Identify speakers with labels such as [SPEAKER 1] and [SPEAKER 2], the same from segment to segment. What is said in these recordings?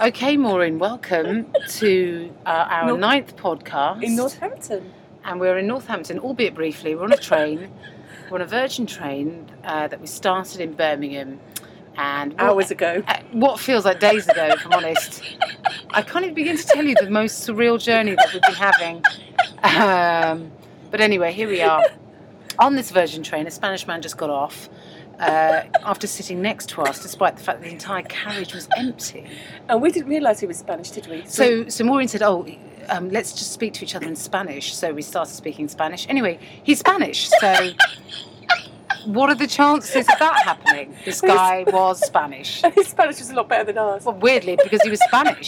[SPEAKER 1] Okay, Maureen, welcome to uh, our
[SPEAKER 2] Nor-
[SPEAKER 1] ninth podcast.
[SPEAKER 2] in Northampton.
[SPEAKER 1] and we're in Northampton, albeit briefly. We're on a train, we're on a Virgin train uh, that we started in Birmingham. And what-
[SPEAKER 2] Hours ago.
[SPEAKER 1] uh, what feels like days ago, if I'm honest. I can't even begin to tell you the most surreal journey that we've been having. Um, but anyway, here we are on this Virgin train. A Spanish man just got off uh, after sitting next to us, despite the fact that the entire carriage was empty.
[SPEAKER 2] And we didn't realise he was Spanish, did we?
[SPEAKER 1] So, so Maureen said, "Oh, um, let's just speak to each other in Spanish." So we started speaking Spanish. Anyway, he's Spanish, so. What are the chances of that happening? This guy was Spanish.
[SPEAKER 2] his Spanish was a lot better than ours.
[SPEAKER 1] Well, weirdly, because he was Spanish.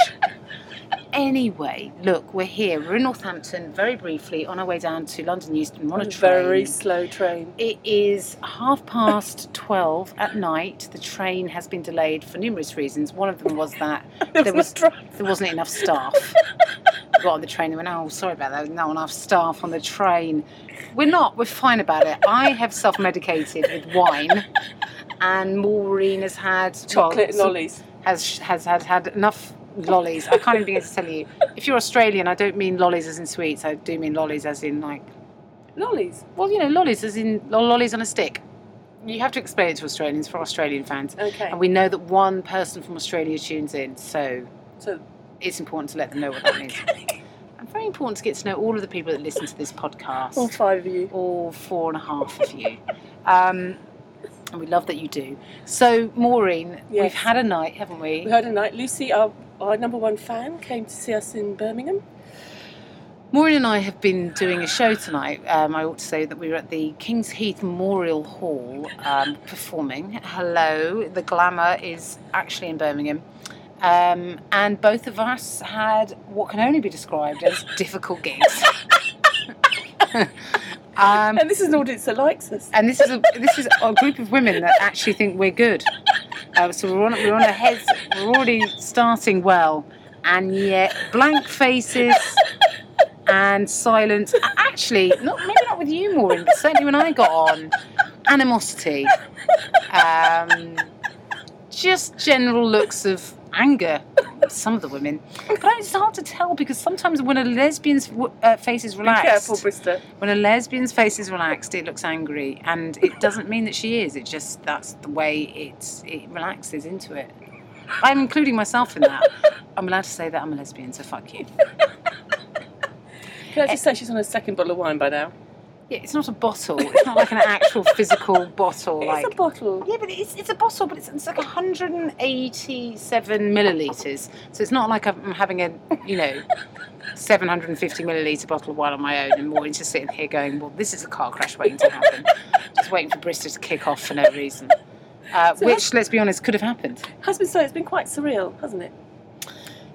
[SPEAKER 1] anyway, look, we're here. We're in Northampton very briefly on our way down to London Euston. We're on a train.
[SPEAKER 2] very slow train.
[SPEAKER 1] It is half past 12 at night. The train has been delayed for numerous reasons. One of them was that
[SPEAKER 2] There,
[SPEAKER 1] There
[SPEAKER 2] was, no drive.
[SPEAKER 1] there wasn't enough staff. We got on the train and went, oh, sorry about that. There's not enough staff on the train. We're not. We're fine about it. I have self medicated with wine, and Maureen has had well,
[SPEAKER 2] chocolate and
[SPEAKER 1] some-
[SPEAKER 2] lollies.
[SPEAKER 1] has has had had enough lollies. I can't even begin to tell you. If you're Australian, I don't mean lollies as in sweets. I do mean lollies as in like
[SPEAKER 2] Lollies.
[SPEAKER 1] well, you know, lollies as in lo- lollies on a stick. You have to explain it to Australians for Australian fans,
[SPEAKER 2] Okay.
[SPEAKER 1] and we know that one person from Australia tunes in, so
[SPEAKER 2] so
[SPEAKER 1] it's important to let them know what that means. And very important to get to know all of the people that listen to this podcast
[SPEAKER 2] all five of you.
[SPEAKER 1] all four and a half of you. Um, and we love that you do. So, Maureen,
[SPEAKER 2] Yes.
[SPEAKER 1] we've had a night, haven't we?
[SPEAKER 2] We had a night. Lucy, our, our number one fan, came to see us in Birmingham.
[SPEAKER 1] Maureen and I have been doing a show tonight. Um, I ought to say that we were at the King's Heath Memorial Hall um, performing. Hello, the glamour is actually in Birmingham. Um, and both of us had what can only be described as difficult gigs. um,
[SPEAKER 2] And this is an audience that likes us.
[SPEAKER 1] and this is a this is a group of women that actually think we're good. Uh, so we're on we're on our heads. We're already starting well, and yet blank faces and silence. A- Actually, not maybe not with you, Maureen, but certainly when I got on, animosity, um, just general looks of anger. Some of the women, but it's hard to tell because sometimes when a lesbian's w- uh, face is relaxed,
[SPEAKER 2] Be careful, Brister.
[SPEAKER 1] when a lesbian's face is relaxed, it looks angry, and it doesn't mean that she is. It just that's the way it's it relaxes into it. I'm including myself in that. I'm allowed to say that I'm a lesbian, so fuck you.
[SPEAKER 2] Can I just say she's on her second bottle of wine by now?
[SPEAKER 1] Yeah, it's not a bottle. It's not like an actual physical bottle. Like
[SPEAKER 2] it's a bottle.
[SPEAKER 1] yeah, but it's it's a bottle, but it's, it's like 187 milliliters. So it's not like I'm having a you know 750 milliliter bottle of wine on my own and Maureen's just sitting here going, well, this is a car crash waiting to happen. just waiting for Bristol to kick off for no reason. Uh,
[SPEAKER 2] So
[SPEAKER 1] which, let's be honest, could have happened.
[SPEAKER 2] Has been so. It's been quite surreal, hasn't it?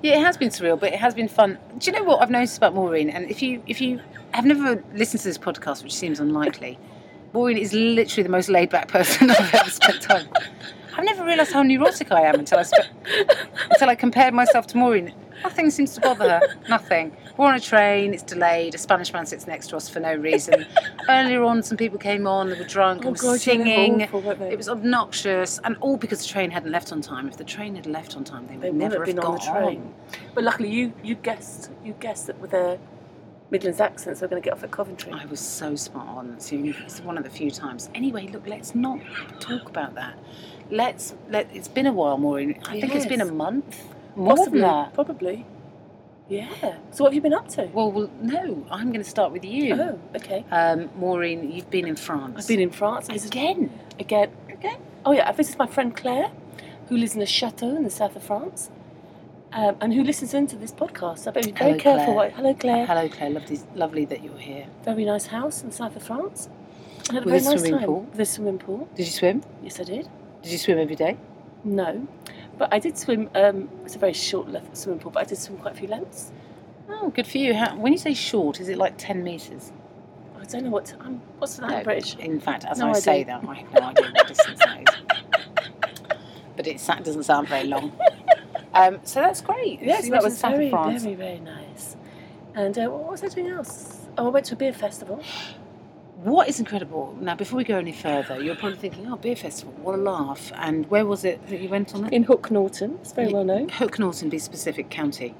[SPEAKER 1] Yeah, it has been surreal, but it has been fun. Do you know what I've noticed about Maureen? And if you if you have never listened to this podcast, which seems unlikely, Maureen is literally the most laid back person I've ever spent time. with. I've never realised how neurotic I am until I spe- until I compared myself to Maureen. Nothing seems to bother her. Nothing. We're on a train. It's delayed. A Spanish man sits next to us for no reason. Earlier on, some people came on. They were drunk. and were singing.
[SPEAKER 2] Oh, Awful, weren't they?
[SPEAKER 1] It was obnoxious, and all because the train hadn't left on time. If the train had left on time, they would
[SPEAKER 2] They would
[SPEAKER 1] never
[SPEAKER 2] have been
[SPEAKER 1] gone
[SPEAKER 2] on the train. But luckily, you you guessed you guessed that with their Midlands accents, they're going to get off at Coventry.
[SPEAKER 1] I was so spot on. It's the- It's one of the few times. Anyway, look, let's not talk about that. Let's let. It's been a while, Maureen. I think it's been a
[SPEAKER 2] Yes.
[SPEAKER 1] month. More
[SPEAKER 2] Possibly,
[SPEAKER 1] than that.
[SPEAKER 2] probably. Yeah. So what have you been up to?
[SPEAKER 1] Well, well, no. I'm going to start with you,
[SPEAKER 2] Oh, okay.
[SPEAKER 1] um, Maureen. You've been in France.
[SPEAKER 2] I've been in France. I visited-
[SPEAKER 1] again.
[SPEAKER 2] again.
[SPEAKER 1] Again?
[SPEAKER 2] Oh yeah, I visited my friend Claire, who lives in a chateau in the south of France, um, and who listens into this podcast. So I better be very
[SPEAKER 1] Hello,
[SPEAKER 2] careful.
[SPEAKER 1] Claire.
[SPEAKER 2] What, hello, Claire.
[SPEAKER 1] Hello, Claire. Lovely, lovely that you're here.
[SPEAKER 2] Very nice house in the south of France. I had a
[SPEAKER 1] With
[SPEAKER 2] very
[SPEAKER 1] a
[SPEAKER 2] nice
[SPEAKER 1] swimming
[SPEAKER 2] time.
[SPEAKER 1] pool?
[SPEAKER 2] With a swimming pool.
[SPEAKER 1] Did you swim?
[SPEAKER 2] Yes, I did.
[SPEAKER 1] Did you swim every day?
[SPEAKER 2] No, but I did swim. Um, it's a very short left swimming pool, but I did swim quite a few lengths.
[SPEAKER 1] Oh, good for you. How, when you say short, is it like ten meters?
[SPEAKER 2] I don't know what to, um, what's that
[SPEAKER 1] No.
[SPEAKER 2] in British.
[SPEAKER 1] In fact, as
[SPEAKER 2] No
[SPEAKER 1] I
[SPEAKER 2] idea.
[SPEAKER 1] say that, I have no idea what distance that is. But it sa- doesn't sound very long. Um, so that's great.
[SPEAKER 2] Yes,
[SPEAKER 1] So you went
[SPEAKER 2] that
[SPEAKER 1] to
[SPEAKER 2] was
[SPEAKER 1] the south of
[SPEAKER 2] very,
[SPEAKER 1] France.
[SPEAKER 2] very, very nice. And uh, what was I doing else? Oh, I went to a beer festival.
[SPEAKER 1] what is incredible now? Before we go any further, you're probably thinking, "Oh, beer festival, what a laugh!" And where was it that you went on it?
[SPEAKER 2] in Hook Norton. It's very well known.
[SPEAKER 1] Hook Norton, be specific, county.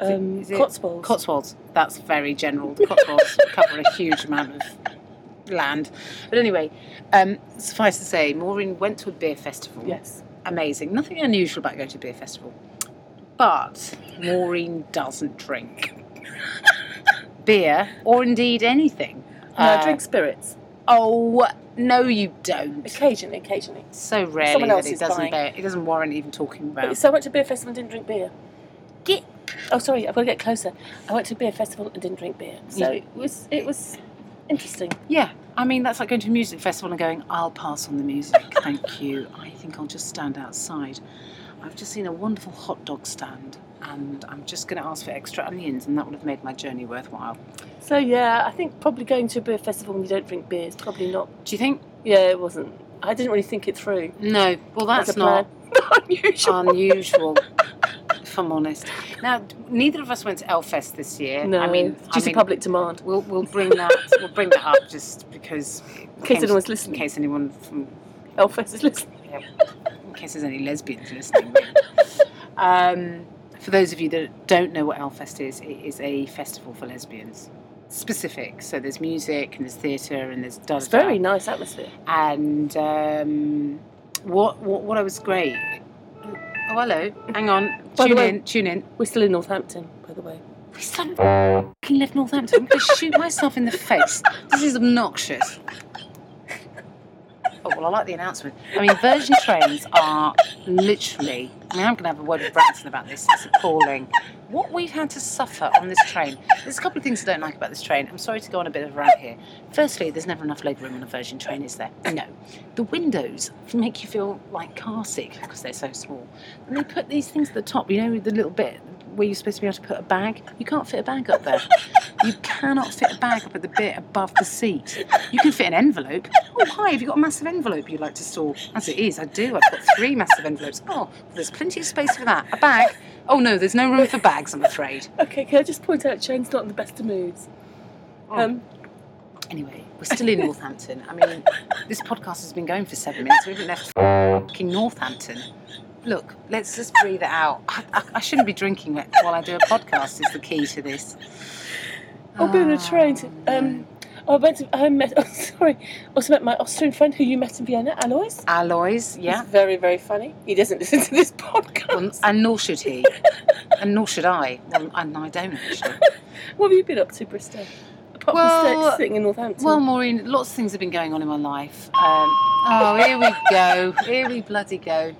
[SPEAKER 1] Is it-
[SPEAKER 2] Um,
[SPEAKER 1] is it
[SPEAKER 2] Cotswolds.
[SPEAKER 1] Cotswolds. That's very general. The Cotswolds cover a huge amount of land. But anyway, um, suffice to say, Maureen went to a beer festival.
[SPEAKER 2] yes.
[SPEAKER 1] Amazing. Nothing unusual about going to a beer festival. But Maureen doesn't drink beer or indeed anything.
[SPEAKER 2] No,
[SPEAKER 1] Uh,
[SPEAKER 2] I drink spirits
[SPEAKER 1] Oh, no, you don't.
[SPEAKER 2] occasionally, occasionally.
[SPEAKER 1] It's So rarely
[SPEAKER 2] Someone
[SPEAKER 1] that
[SPEAKER 2] else
[SPEAKER 1] it
[SPEAKER 2] is
[SPEAKER 1] doesn't,
[SPEAKER 2] buying.
[SPEAKER 1] bear, it doesn't warrant even talking about.
[SPEAKER 2] But so I went to a beer festival and didn't drink beer.
[SPEAKER 1] Get-
[SPEAKER 2] Oh, sorry, I've got to get closer. I went to a beer festival and didn't drink beer, so it was it was interesting.
[SPEAKER 1] Yeah, I mean that's like going to a music festival and going, "I'll pass on the music, thank you. I think I'll just stand outside." I've just seen a wonderful hot dog stand, and I'm just going to ask for extra onions, and that would have made my journey worthwhile.
[SPEAKER 2] So yeah, I think probably going to a beer festival when you don't drink beer is probably not.
[SPEAKER 1] Do you think?
[SPEAKER 2] Yeah, it wasn't. I didn't really think it through.
[SPEAKER 1] No. Well, that's
[SPEAKER 2] as a
[SPEAKER 1] not
[SPEAKER 2] plan. unusual.
[SPEAKER 1] unusual. If I'm honest. Now, d- neither of us went to Elfest this year.
[SPEAKER 2] no,
[SPEAKER 1] I mean,
[SPEAKER 2] due
[SPEAKER 1] I
[SPEAKER 2] to
[SPEAKER 1] mean,
[SPEAKER 2] public demand.
[SPEAKER 1] We'll, we'll bring that we'll bring that up just because
[SPEAKER 2] In case anyone's
[SPEAKER 1] in
[SPEAKER 2] listening,
[SPEAKER 1] case anyone from
[SPEAKER 2] Elfest is listening.
[SPEAKER 1] in case there's any lesbians listening. um, for those of you that don't know what Elfest is, it is a festival for lesbians, specific. So there's music and there's theatre and there's
[SPEAKER 2] It's very nice atmosphere.
[SPEAKER 1] and um, what, what what I was great. Oh hello, hang on,
[SPEAKER 2] By the
[SPEAKER 1] tune
[SPEAKER 2] way-
[SPEAKER 1] in, tune in.
[SPEAKER 2] We're still in Northampton, by the way.
[SPEAKER 1] We still fucking left Northampton. I'm going to shoot myself in the face. This is obnoxious. Oh, well, I like the announcement. I mean, Virgin trains are literally. I mean, I'm going to have a word with Branson about this. It's appalling. What we've had to suffer on this train. There's a couple of things I don't like about this train. I'm sorry to go on a bit of a rant here. Firstly, there's never enough leg room on a Virgin train, is there? No. The windows make you feel like car sick because they're so small. And they put these things at the top, you know, the little bit where you're supposed to be able to put a bag. You can't fit a bag up there. you cannot fit a bag up at the bit above the seat. You can fit an envelope. Oh, hi, have you got a massive envelope you'd like to store? As it is, I do. I've got three massive envelopes. Oh, well, there's plenty of space for that. A bag? Oh, no, there's no room for bags, I'm afraid.
[SPEAKER 2] Okay, can I just point out Shane's not in the best of moods?
[SPEAKER 1] Oh.
[SPEAKER 2] Um,
[SPEAKER 1] Anyway, we're still in Northampton. I mean, this podcast has been going for seven minutes. We haven't left fucking Northampton. Look, let's just breathe it out. I, I, I shouldn't be drinking wh- while I do a podcast. Is the key to this?
[SPEAKER 2] I'll be on a train to.
[SPEAKER 1] Ah,
[SPEAKER 2] Um, I went to. I met. Oh, sorry. Also met my Austrian friend who you met in Vienna, Alois.
[SPEAKER 1] Alloys, yeah,
[SPEAKER 2] He's very, very funny. He doesn't listen to this
[SPEAKER 1] Well,
[SPEAKER 2] podcast.
[SPEAKER 1] and nor should he, and nor should I, well, and I don't actually.
[SPEAKER 2] what have you been up to, Bristol? Apart from
[SPEAKER 1] Well,
[SPEAKER 2] sit- sitting in Northampton.
[SPEAKER 1] Well, Maureen, lots of things have been going on in my life. Um, oh, here we go. Here we bloody go.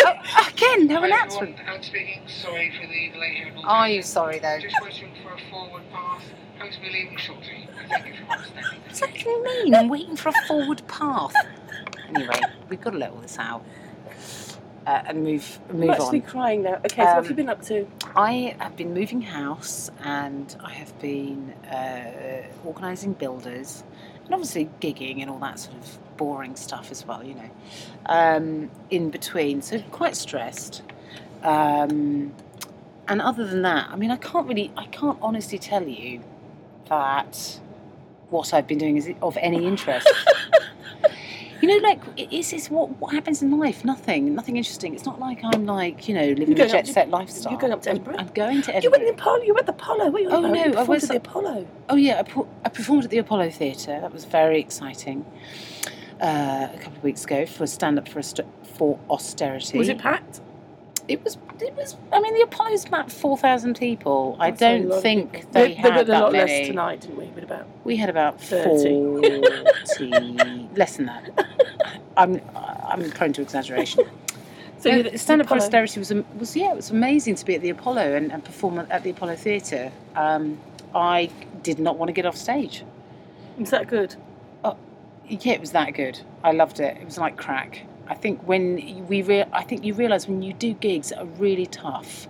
[SPEAKER 1] Oh, again, no
[SPEAKER 3] Hi,
[SPEAKER 1] announcement.
[SPEAKER 3] everyone. I'm speaking. Sorry for the delay here.
[SPEAKER 1] Are Oh, you sorry though?
[SPEAKER 3] Just waiting for a forward pass. Hope to be leaving shortly. Thank you for understanding.
[SPEAKER 1] What's that even mean? I'm waiting for a forward path. Anyway, we've got to let all this out uh, and move
[SPEAKER 2] I'm
[SPEAKER 1] move
[SPEAKER 2] actually
[SPEAKER 1] on.
[SPEAKER 2] crying now. Okay, so what have
[SPEAKER 1] Um,
[SPEAKER 2] you been up to?
[SPEAKER 1] I have been moving house and I have been uh, organising builders and obviously gigging and all that sort of boring stuff as well, you know, um, in between. So quite stressed. Um, and other than that, I mean, I can't really, I can't honestly tell you that what I've been doing is of any interest. you know, like it is, is what what happens in life. Nothing, nothing interesting. It's not like I'm like you know living
[SPEAKER 2] You're
[SPEAKER 1] a
[SPEAKER 2] going up
[SPEAKER 1] jet
[SPEAKER 2] to-
[SPEAKER 1] set lifestyle.
[SPEAKER 2] you're going up to
[SPEAKER 1] I'm-
[SPEAKER 2] Edinburgh?
[SPEAKER 1] I'm, going to
[SPEAKER 2] You
[SPEAKER 1] Edinburgh.
[SPEAKER 2] went to the Apollo. You went to the Apollo. Were you?
[SPEAKER 1] Oh, no, I
[SPEAKER 2] you performed
[SPEAKER 1] was-
[SPEAKER 2] at the Apollo.
[SPEAKER 1] Oh yeah, I, pu- I performed at the Apollo Theatre. That was very exciting. Uh, a couple of weeks ago for stand up for Aust- for austerity.
[SPEAKER 2] Was it packed?
[SPEAKER 1] It was. It was. I mean, the Apollo's about four thousand people. I
[SPEAKER 2] That's a
[SPEAKER 1] don't
[SPEAKER 2] lot of
[SPEAKER 1] think
[SPEAKER 2] people.
[SPEAKER 1] they,
[SPEAKER 2] we,
[SPEAKER 1] had
[SPEAKER 2] we did
[SPEAKER 1] that
[SPEAKER 2] a lot
[SPEAKER 1] many.
[SPEAKER 2] less tonight, didn't we? We did about
[SPEAKER 1] We had about
[SPEAKER 2] 30.
[SPEAKER 1] 40, less than that. I'm I'm prone to exaggeration.
[SPEAKER 2] so
[SPEAKER 1] No,
[SPEAKER 2] you-
[SPEAKER 1] the stand up for
[SPEAKER 2] Apollo.
[SPEAKER 1] austerity was am- was yeah, it was amazing to be at the Apollo and, and perform at the Apollo Theatre. Um, I did not want to get off stage.
[SPEAKER 2] Is that good?
[SPEAKER 1] Yeah, it was that good. I loved it. It was like crack. I think when we rea- I think you realise when you do gigs that are really tough,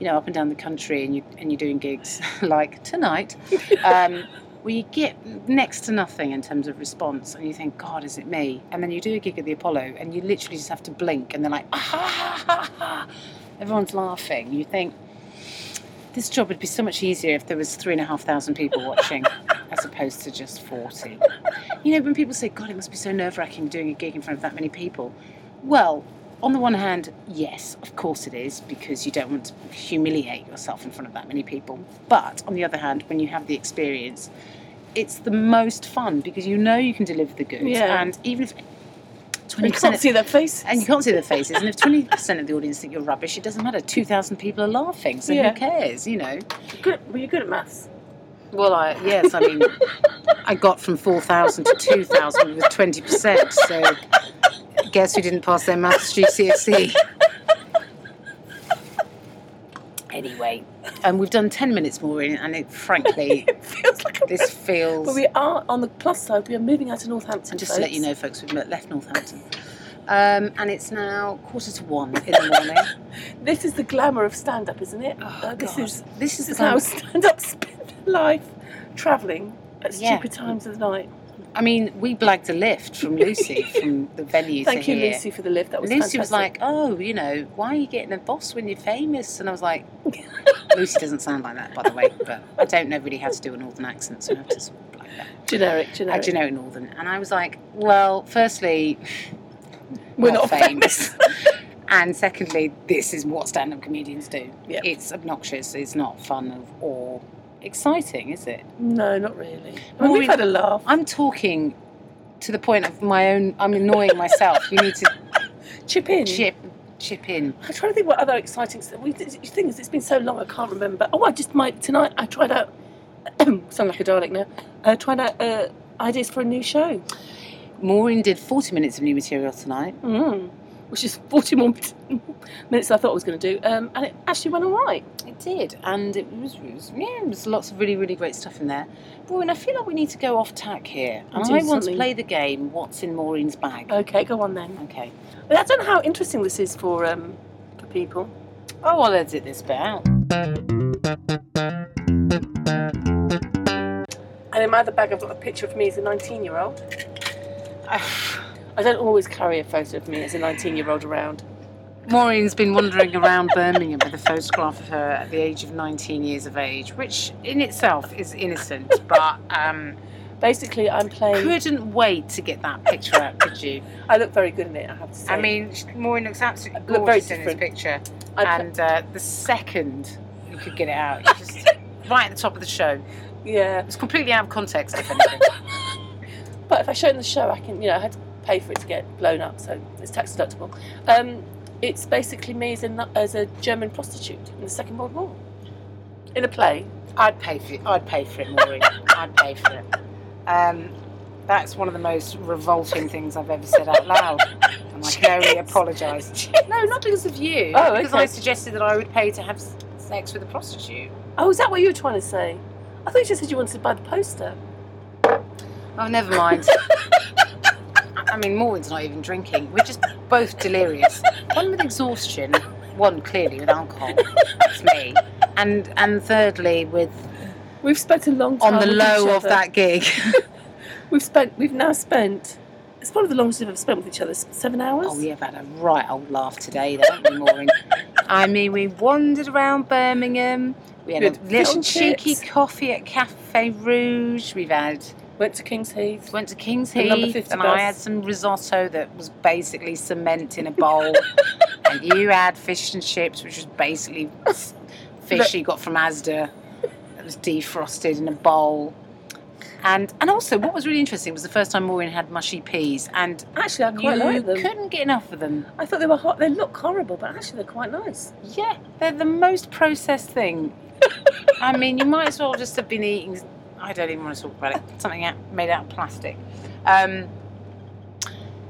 [SPEAKER 1] you know, up and down the country, and you and you're doing gigs like tonight, um, where you get next to nothing in terms of response, and you think, God, is it me? And then you do a gig at the Apollo, and you literally just have to blink, and they're like, ah, ha, ha, ha, ha. everyone's laughing. You think this job would be so much easier if there was three and a half thousand people watching. as opposed to just 40. you know, when people say, God, it must be so nerve wracking doing a gig in front of that many people. Well, on the one hand, yes, of course it is, because you don't want to humiliate yourself in front of that many people. But on the other hand, when you have the experience, it's the most fun because you know you can deliver the goods.
[SPEAKER 2] Yeah.
[SPEAKER 1] And even if 20%
[SPEAKER 2] You can't
[SPEAKER 1] of-
[SPEAKER 2] see their faces.
[SPEAKER 1] and you can't see their faces. And if twenty percent of the audience think you're rubbish, it doesn't matter. Two thousand people are laughing, so
[SPEAKER 2] Yeah.
[SPEAKER 1] who cares? You know.
[SPEAKER 2] Good, were you good at maths?
[SPEAKER 1] Well, I yes, I mean, I got from four thousand to two thousand with twenty percent. So, guess who didn't pass their maths GCSE? Anyway, um, we've done ten minutes more in, and it, frankly,
[SPEAKER 2] It feels like a
[SPEAKER 1] this feels.
[SPEAKER 2] But we are on the plus side. We are moving out to Northampton.
[SPEAKER 1] And just to let you
[SPEAKER 2] folks.
[SPEAKER 1] know, folks, we've left Northampton, um, and it's now quarter to one in the morning.
[SPEAKER 2] this is the glamour of stand-up, isn't it?
[SPEAKER 1] Oh,
[SPEAKER 2] Uh, this
[SPEAKER 1] God.
[SPEAKER 2] is
[SPEAKER 1] this is
[SPEAKER 2] this
[SPEAKER 1] the
[SPEAKER 2] is how
[SPEAKER 1] kind of-
[SPEAKER 2] stand-up spend their life travelling at
[SPEAKER 1] Yeah.
[SPEAKER 2] stupid times of the night.
[SPEAKER 1] I mean, we blagged a lift from Lucy from the venue
[SPEAKER 2] Thank
[SPEAKER 1] to
[SPEAKER 2] you,
[SPEAKER 1] here.
[SPEAKER 2] Lucy, for the lift. That was
[SPEAKER 1] Lucy
[SPEAKER 2] fantastic.
[SPEAKER 1] was like, "Oh, you know, why are you getting a boss when you're famous?" And I was like, "Lucy doesn't sound like that, by the way, but I don't know really how to do a northern accent, so I have to sort of black that.
[SPEAKER 2] generic,
[SPEAKER 1] How
[SPEAKER 2] generic.
[SPEAKER 1] do you know northern?" And I was like, "Well, firstly,
[SPEAKER 2] We're
[SPEAKER 1] not
[SPEAKER 2] not famous.
[SPEAKER 1] and secondly, this is what stand-up comedians do.
[SPEAKER 2] Yeah.
[SPEAKER 1] It's obnoxious. It's not fun or exciting, is it?"
[SPEAKER 2] no, not really. I
[SPEAKER 1] Well,
[SPEAKER 2] mean,
[SPEAKER 1] we-
[SPEAKER 2] we've had a laugh.
[SPEAKER 1] I'm talking to the point of my own. I'm annoying myself. You need to
[SPEAKER 2] Chip in.
[SPEAKER 1] chip chip in.
[SPEAKER 2] I'm trying to think what other exciting stuff. We, the thing is, it's been so long, I can't remember. Oh, I just might tonight. I tried out. sound like a Dalek now. I tried out uh, ideas for a new show,
[SPEAKER 1] Maureen did 40 minutes of new material tonight.
[SPEAKER 2] mm. which is 40 more minutes than I thought I was going to do, um, and it actually went all right.
[SPEAKER 1] It did, and it was, it was yeah, it was lots of really really great stuff in there. Maureen, I feel like we need to go off tack here, and I
[SPEAKER 2] Do
[SPEAKER 1] want to
[SPEAKER 2] something.
[SPEAKER 1] play the game. What's in Maureen's bag?
[SPEAKER 2] Okay, go on then.
[SPEAKER 1] okay.
[SPEAKER 2] But I don't know how interesting this is for um, for people.
[SPEAKER 1] Oh, I'll edit this bit out.
[SPEAKER 2] And in my other bag, I've got a picture of me as a 19-year-old. I don't always carry a photo of me as a 19-year-old around.
[SPEAKER 1] Maureen's been wandering around Birmingham with a photograph of her at the age of 19 years of age, which in itself is innocent, but um,
[SPEAKER 2] Basically, I'm playing.
[SPEAKER 1] couldn't wait to get that picture out, could you?
[SPEAKER 2] I look very good in it. I have to say.
[SPEAKER 1] I mean, sh- Maureen looks absolutely
[SPEAKER 2] Look very
[SPEAKER 1] gorgeous in this
[SPEAKER 2] different.
[SPEAKER 1] picture.
[SPEAKER 2] I pla-
[SPEAKER 1] and uh, the second you could get it out, you just right at the top of the show.
[SPEAKER 2] yeah.
[SPEAKER 1] It's completely out of context, if anything.
[SPEAKER 2] But if I show it in the show, I can, you know, I had to pay for it to get blown up, so it's tax deductible. Um, it's basically me as a, nu- as a German prostitute in the Second World War. In a play.
[SPEAKER 1] I'd pay for it. I'd pay for it, Maureen. I'd pay for it. Um, that's one of the most revolting things I've ever said out loud, and I can only
[SPEAKER 2] Jeez.
[SPEAKER 1] apologise. No, not because of you.
[SPEAKER 2] Oh,
[SPEAKER 1] because
[SPEAKER 2] okay.
[SPEAKER 1] I suggested that I would pay to have s- sex with a prostitute.
[SPEAKER 2] Oh, is that what you were trying to say? I thought you just said you wanted to buy the poster.
[SPEAKER 1] Oh, never mind. I mean, Maureen's not even drinking. We're just both delirious. One with exhaustion, one clearly with alcohol. That's me. And and thirdly, with
[SPEAKER 2] We've spent a long time
[SPEAKER 1] on the
[SPEAKER 2] with each
[SPEAKER 1] low of
[SPEAKER 2] other.
[SPEAKER 1] that gig.
[SPEAKER 2] We've spent. We've now spent. It's probably the longest we've ever spent with each other. s- Seven hours.
[SPEAKER 1] Oh, we have had a right old laugh today, though, haven't we, Maureen? I mean, we wandered around Birmingham. We had a
[SPEAKER 2] With fish
[SPEAKER 1] little
[SPEAKER 2] and
[SPEAKER 1] cheeky
[SPEAKER 2] chips.
[SPEAKER 1] coffee at Cafe Rouge. We've had
[SPEAKER 2] Went to King's Heath.
[SPEAKER 1] went to King's
[SPEAKER 2] The number
[SPEAKER 1] Heath,
[SPEAKER 2] 50
[SPEAKER 1] and I
[SPEAKER 2] bus.
[SPEAKER 1] had some risotto that was basically cement in a bowl, and you had fish and chips, which was basically s- fish you got from ASDA that was defrosted in a bowl. And and also, what was really interesting was the first time Maureen had mushy peas, and
[SPEAKER 2] Actually, I quite
[SPEAKER 1] you
[SPEAKER 2] like them.
[SPEAKER 1] couldn't get enough of them.
[SPEAKER 2] I thought they were hot. They look horrible, but actually they're quite nice.
[SPEAKER 1] Yeah, they're the most processed thing. I mean, you might as well just have been eating. I don't even want to talk about it. Something out, made out of plastic. Um,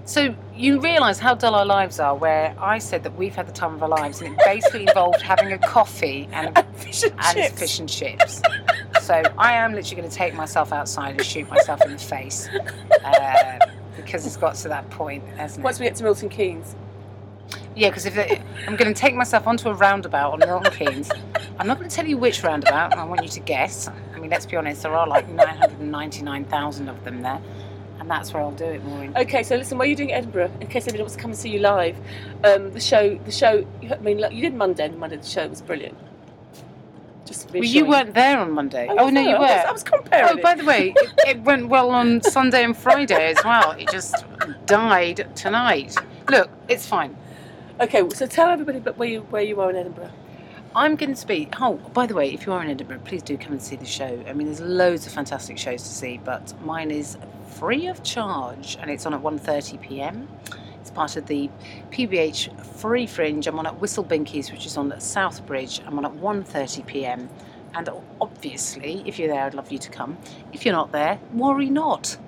[SPEAKER 1] so you realise how dull our lives are. Where I said that we've had the time of our lives, and it basically involved having a coffee and,
[SPEAKER 2] And fish and
[SPEAKER 1] and
[SPEAKER 2] chips.
[SPEAKER 1] fish and chips. So I am literally going to take myself outside and shoot myself in the face uh, because it's got to that point, hasn't it?
[SPEAKER 2] Once we get to Milton Keynes.
[SPEAKER 1] Yeah, because if it, I'm going to take myself onto a roundabout on Milton Keynes, I'm not going to tell you which roundabout, and I want you to guess. I mean, let's be honest, there are like 999,000 of them there, and that's where I'll do it, Maureen.
[SPEAKER 2] Okay, so listen, what are you doing in Edinburgh? In case anybody wants to come and see you live, um, the show, the show. you- I mean, look, you did Monday, and Monday the show was brilliant. Just
[SPEAKER 1] Well, you
[SPEAKER 2] reassuring.
[SPEAKER 1] weren't there on Monday. Oh no, you
[SPEAKER 2] I was, I
[SPEAKER 1] were.
[SPEAKER 2] was comparing.
[SPEAKER 1] Oh,
[SPEAKER 2] it.
[SPEAKER 1] by the way, it, it went well on Sunday and Friday as well. It just died tonight. Look, it's fine.
[SPEAKER 2] Okay, so tell everybody about where you where you are in Edinburgh.
[SPEAKER 1] I'm going to speak. Oh, by the way, if you are in Edinburgh, please do come and see the show. I mean, there's loads of fantastic shows to see, but mine is free of charge, and it's on at 1:30 p.m. It's part of the PBH Free Fringe. I'm on at Whistle Binkies, which is on at Southbridge. I'm on at 1:30 p.m. And obviously, if you're there, I'd love you to come. If you're not there, worry not.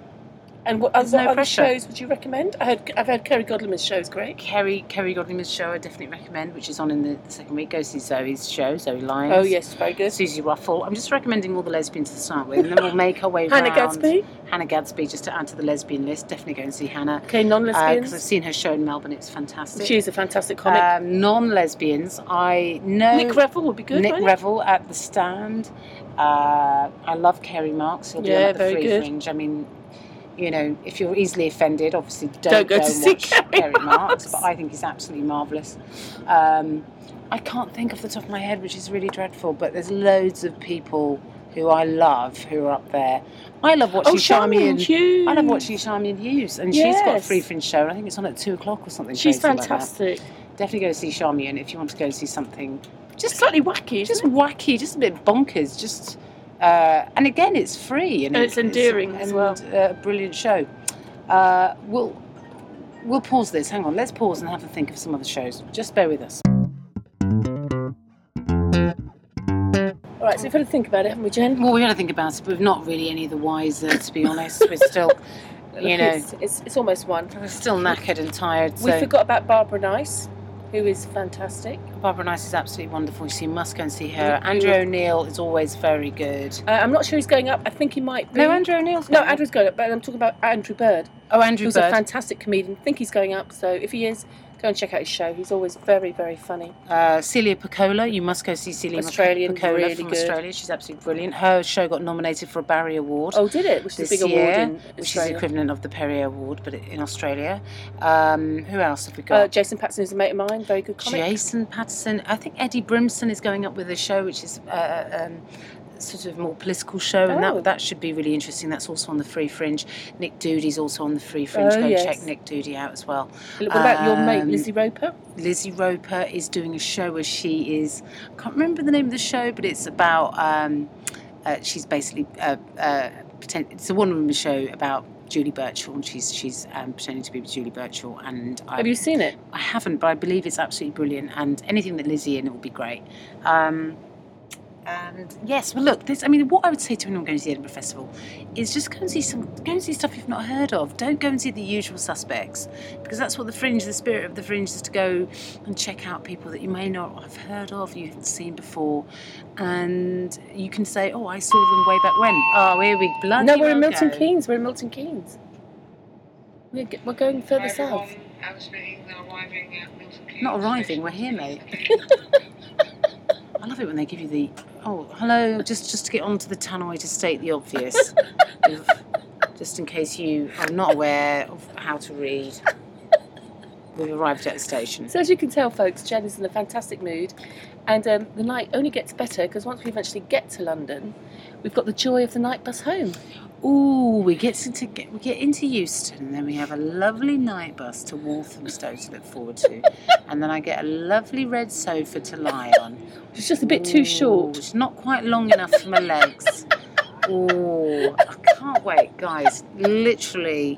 [SPEAKER 2] And what
[SPEAKER 1] There's
[SPEAKER 2] other,
[SPEAKER 1] no
[SPEAKER 2] other
[SPEAKER 1] pressure.
[SPEAKER 2] shows would you recommend? I heard, I've heard Kerry Godleman's show is great.
[SPEAKER 1] Kerry Kerry Godleyman's show I definitely recommend, which is on in the second week. Go see Zoe's show, Zoe Lyons.
[SPEAKER 2] Oh yes, very good.
[SPEAKER 1] Susie Ruffle. I'm just recommending all the lesbians to start with, and then we'll make our way
[SPEAKER 2] Hannah
[SPEAKER 1] round.
[SPEAKER 2] Gadsby.
[SPEAKER 1] Hannah Gadsby, just to add to the lesbian list. Definitely go and see Hannah
[SPEAKER 2] Okay, non-lesbians.
[SPEAKER 1] because Uh, I've seen her show in Melbourne. It's fantastic.
[SPEAKER 2] She's a fantastic comic.
[SPEAKER 1] um, non-lesbians, I know
[SPEAKER 2] Nick Revel would be good.
[SPEAKER 1] Nick
[SPEAKER 2] wouldn't it?
[SPEAKER 1] Revel at the stand. Uh, I love Kerry Marks. He'll be on
[SPEAKER 2] Yeah,
[SPEAKER 1] at the
[SPEAKER 2] very
[SPEAKER 1] Free
[SPEAKER 2] good.
[SPEAKER 1] Fringe. I mean, you know, if you're easily offended, obviously don't,
[SPEAKER 2] Don't go to
[SPEAKER 1] and
[SPEAKER 2] see
[SPEAKER 1] watch
[SPEAKER 2] Kerry
[SPEAKER 1] Kerry Marks.
[SPEAKER 2] Marks.
[SPEAKER 1] But I think he's absolutely marvellous. Um, I can't think off the top of my head, which is really dreadful. But there's loads of people who I love who are up there. I love watching
[SPEAKER 2] Oh,
[SPEAKER 1] Charmian.
[SPEAKER 2] Charmian Hughes.
[SPEAKER 1] I love watching Charmian Hughes, and she's got a
[SPEAKER 2] Yes.
[SPEAKER 1] Free Fringe show. and I think it's on at two o'clock or something.
[SPEAKER 2] She's
[SPEAKER 1] crazy like that.
[SPEAKER 2] fantastic.
[SPEAKER 1] Definitely go see Charmian if you want to go see something
[SPEAKER 2] Just slightly wacky.
[SPEAKER 1] just
[SPEAKER 2] Just
[SPEAKER 1] wacky, just a bit bonkers, just uh, and again it's free
[SPEAKER 2] And it's endearing as well.
[SPEAKER 1] and, uh, a brilliant show. Uh, we'll we'll pause this. Hang on, let's pause and have a think of some other shows. Just bear with us.
[SPEAKER 2] all right. So we've had to think about it, haven't we, Jen?
[SPEAKER 1] Well, we got to think about it, but we're not really any the wiser, to be honest. We're still you know
[SPEAKER 2] it's, it's, it's almost one.
[SPEAKER 1] we're still knackered and tired.
[SPEAKER 2] We
[SPEAKER 1] so
[SPEAKER 2] forgot about Barbara Nice, who is fantastic.
[SPEAKER 1] Barbara Nice is absolutely wonderful. So you must go and see her.
[SPEAKER 2] We- we
[SPEAKER 1] Andrew
[SPEAKER 2] will.
[SPEAKER 1] O'Neill is always very good.
[SPEAKER 2] Uh, I'm not sure he's going up. I think he might be.
[SPEAKER 1] No, Andrew O'Neill's
[SPEAKER 2] No,
[SPEAKER 1] going.
[SPEAKER 2] Andrew's going up, but I'm talking about Andrew Bird,
[SPEAKER 1] Oh, Andrew
[SPEAKER 2] who's
[SPEAKER 1] Bird.
[SPEAKER 2] a fantastic comedian. I think he's going up, so if he is, go and check out his show. He's always very, very funny.
[SPEAKER 1] Uh, Celia Piccola, you must go see Celia Mac-
[SPEAKER 2] Australian,
[SPEAKER 1] Piccola
[SPEAKER 2] really
[SPEAKER 1] from
[SPEAKER 2] good.
[SPEAKER 1] Australia. She's absolutely brilliant. Her show got nominated for a Barry Award,
[SPEAKER 2] Oh, did it? Which is a
[SPEAKER 1] This
[SPEAKER 2] big award
[SPEAKER 1] year,
[SPEAKER 2] in
[SPEAKER 1] which is the
[SPEAKER 2] Australia.
[SPEAKER 1] equivalent of the Perry Award, but in Australia. Um, who else have we
[SPEAKER 2] Uh,
[SPEAKER 1] got?
[SPEAKER 2] Jason Patson is a mate of mine, very good comic.
[SPEAKER 1] Jason Patterson. I think Eddie Brimson is going up with a show which is uh, um, sort of more political show, and
[SPEAKER 2] Oh.
[SPEAKER 1] that that should be really interesting. That's also on the Free Fringe. Nick Doody's also on the Free Fringe.
[SPEAKER 2] Oh,
[SPEAKER 1] Go
[SPEAKER 2] yes.
[SPEAKER 1] check Nick Doody out as well.
[SPEAKER 2] What about your mate,
[SPEAKER 1] Um,
[SPEAKER 2] Lizzie Roper?
[SPEAKER 1] Lizzie Roper is doing a show where she is. I can't remember the name of the show, but it's about. Um, uh, she's basically. Uh, uh, pretend, it's a one-woman show about Julie Birchall, and she's she's um, pretending to be Julie Birchall. And I,
[SPEAKER 2] Have you seen it?
[SPEAKER 1] I haven't, but I believe it's absolutely brilliant. And anything that Lizzie in it will be great. Um, and yes, well, look, this. I mean, what I would say to anyone going to the Edinburgh Festival is just go and see some, go and see stuff you've not heard of. Don't go and see the usual suspects because that's what the fringe, the spirit of the fringe, is to go and check out people that you may not have heard of, you haven't seen before, and you can say, "Oh, I saw them way back when." Oh, here we bloody
[SPEAKER 2] no, we're
[SPEAKER 1] well
[SPEAKER 2] in Milton
[SPEAKER 1] go.
[SPEAKER 2] Keynes. We're in Milton Keynes. We're, g- we're going
[SPEAKER 3] Hi,
[SPEAKER 2] further
[SPEAKER 3] everyone.
[SPEAKER 2] south.
[SPEAKER 3] I was speaking, they're arriving at Milton Keynes.
[SPEAKER 1] Not arriving, we're here, mate.
[SPEAKER 3] Okay.
[SPEAKER 1] I love it when they give you the oh hello just just to get onto the tannoy to state the obvious, if- just in case you are not aware of how to read. We've arrived at the station.
[SPEAKER 2] So as you can tell, folks, Jen is in a fantastic mood, and um, the night only gets better because once we eventually get to London, we've got the joy of the night bus home.
[SPEAKER 1] Ooh, we get into get, we get into Euston, and then we have a lovely night bus to Walthamstow to look forward to, and then I get a lovely red sofa to lie on.
[SPEAKER 2] It's just a bit too
[SPEAKER 1] Ooh,
[SPEAKER 2] short.
[SPEAKER 1] It's not quite long enough for my legs. Oh, I can't wait, guys. Literally,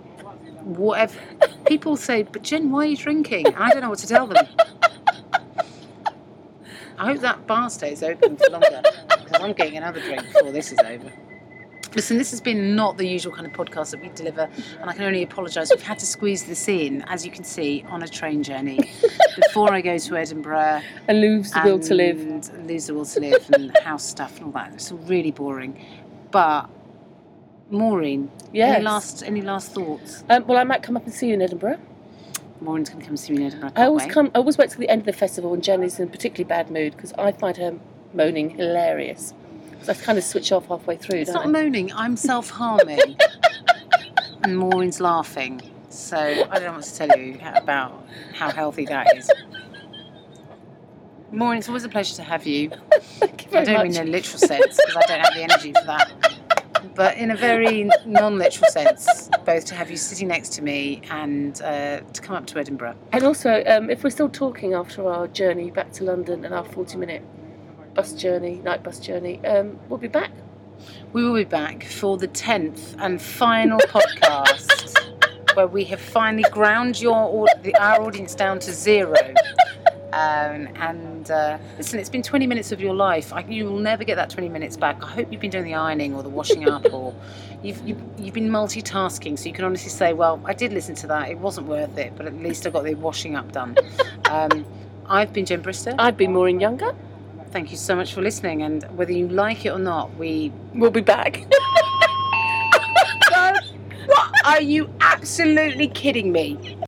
[SPEAKER 1] whatever. People say, but Jen, why are you drinking? I don't know what to tell them. I hope that bar stays open for longer because I'm getting another drink before this is over. Listen, this has been not the usual kind of podcast that we deliver, and I can only apologise. We've had to squeeze this in, as you can see, on a train journey before I go to Edinburgh
[SPEAKER 2] And lose the will to live.
[SPEAKER 1] and Lose the will to live and house stuff and all that. It's really boring. But Maureen,
[SPEAKER 2] Yes.
[SPEAKER 1] any last any last thoughts?
[SPEAKER 2] Um, well, I might come up and see you in Edinburgh.
[SPEAKER 1] Maureen's gonna come see me in Edinburgh.
[SPEAKER 2] I always
[SPEAKER 1] can't wait.
[SPEAKER 2] come. I always wait till the end of the festival when Jen is in a particularly bad mood because I find her moaning hilarious. So I kind of switch off halfway through.
[SPEAKER 1] It's
[SPEAKER 2] don't
[SPEAKER 1] not moaning, I'm self harming. and Maureen's laughing. So I don't know what to tell you about how healthy that is. Maureen, it's always a pleasure to have you.
[SPEAKER 2] Thank you
[SPEAKER 1] I
[SPEAKER 2] very
[SPEAKER 1] don't
[SPEAKER 2] much.
[SPEAKER 1] mean in a literal sense because I don't have the energy for that. But in a very non-literal sense, both to have you sitting next to me and uh, to come up to Edinburgh.
[SPEAKER 2] And also, um, if we're still talking after our journey back to London and our 40 minute bus journey, night bus journey, um, we'll be back.
[SPEAKER 1] We will be back for the tenth and final podcast, where we have finally ground your au- the, our audience down to zero. Um, and uh, listen, it's been 20 minutes of your life. I, you will never get that 20 minutes back. I hope you've been doing the ironing or the washing up, or you've, you've you've been multitasking, so you can honestly say, "Well, I did listen to that. It wasn't worth it, but at least I got the washing up done." Um, I've been Jen Brister.
[SPEAKER 2] I've been Maureen Younger.
[SPEAKER 1] Thank you so much for listening, and whether you like it or not, we
[SPEAKER 2] We'll be back.
[SPEAKER 1] What? Are you absolutely kidding me?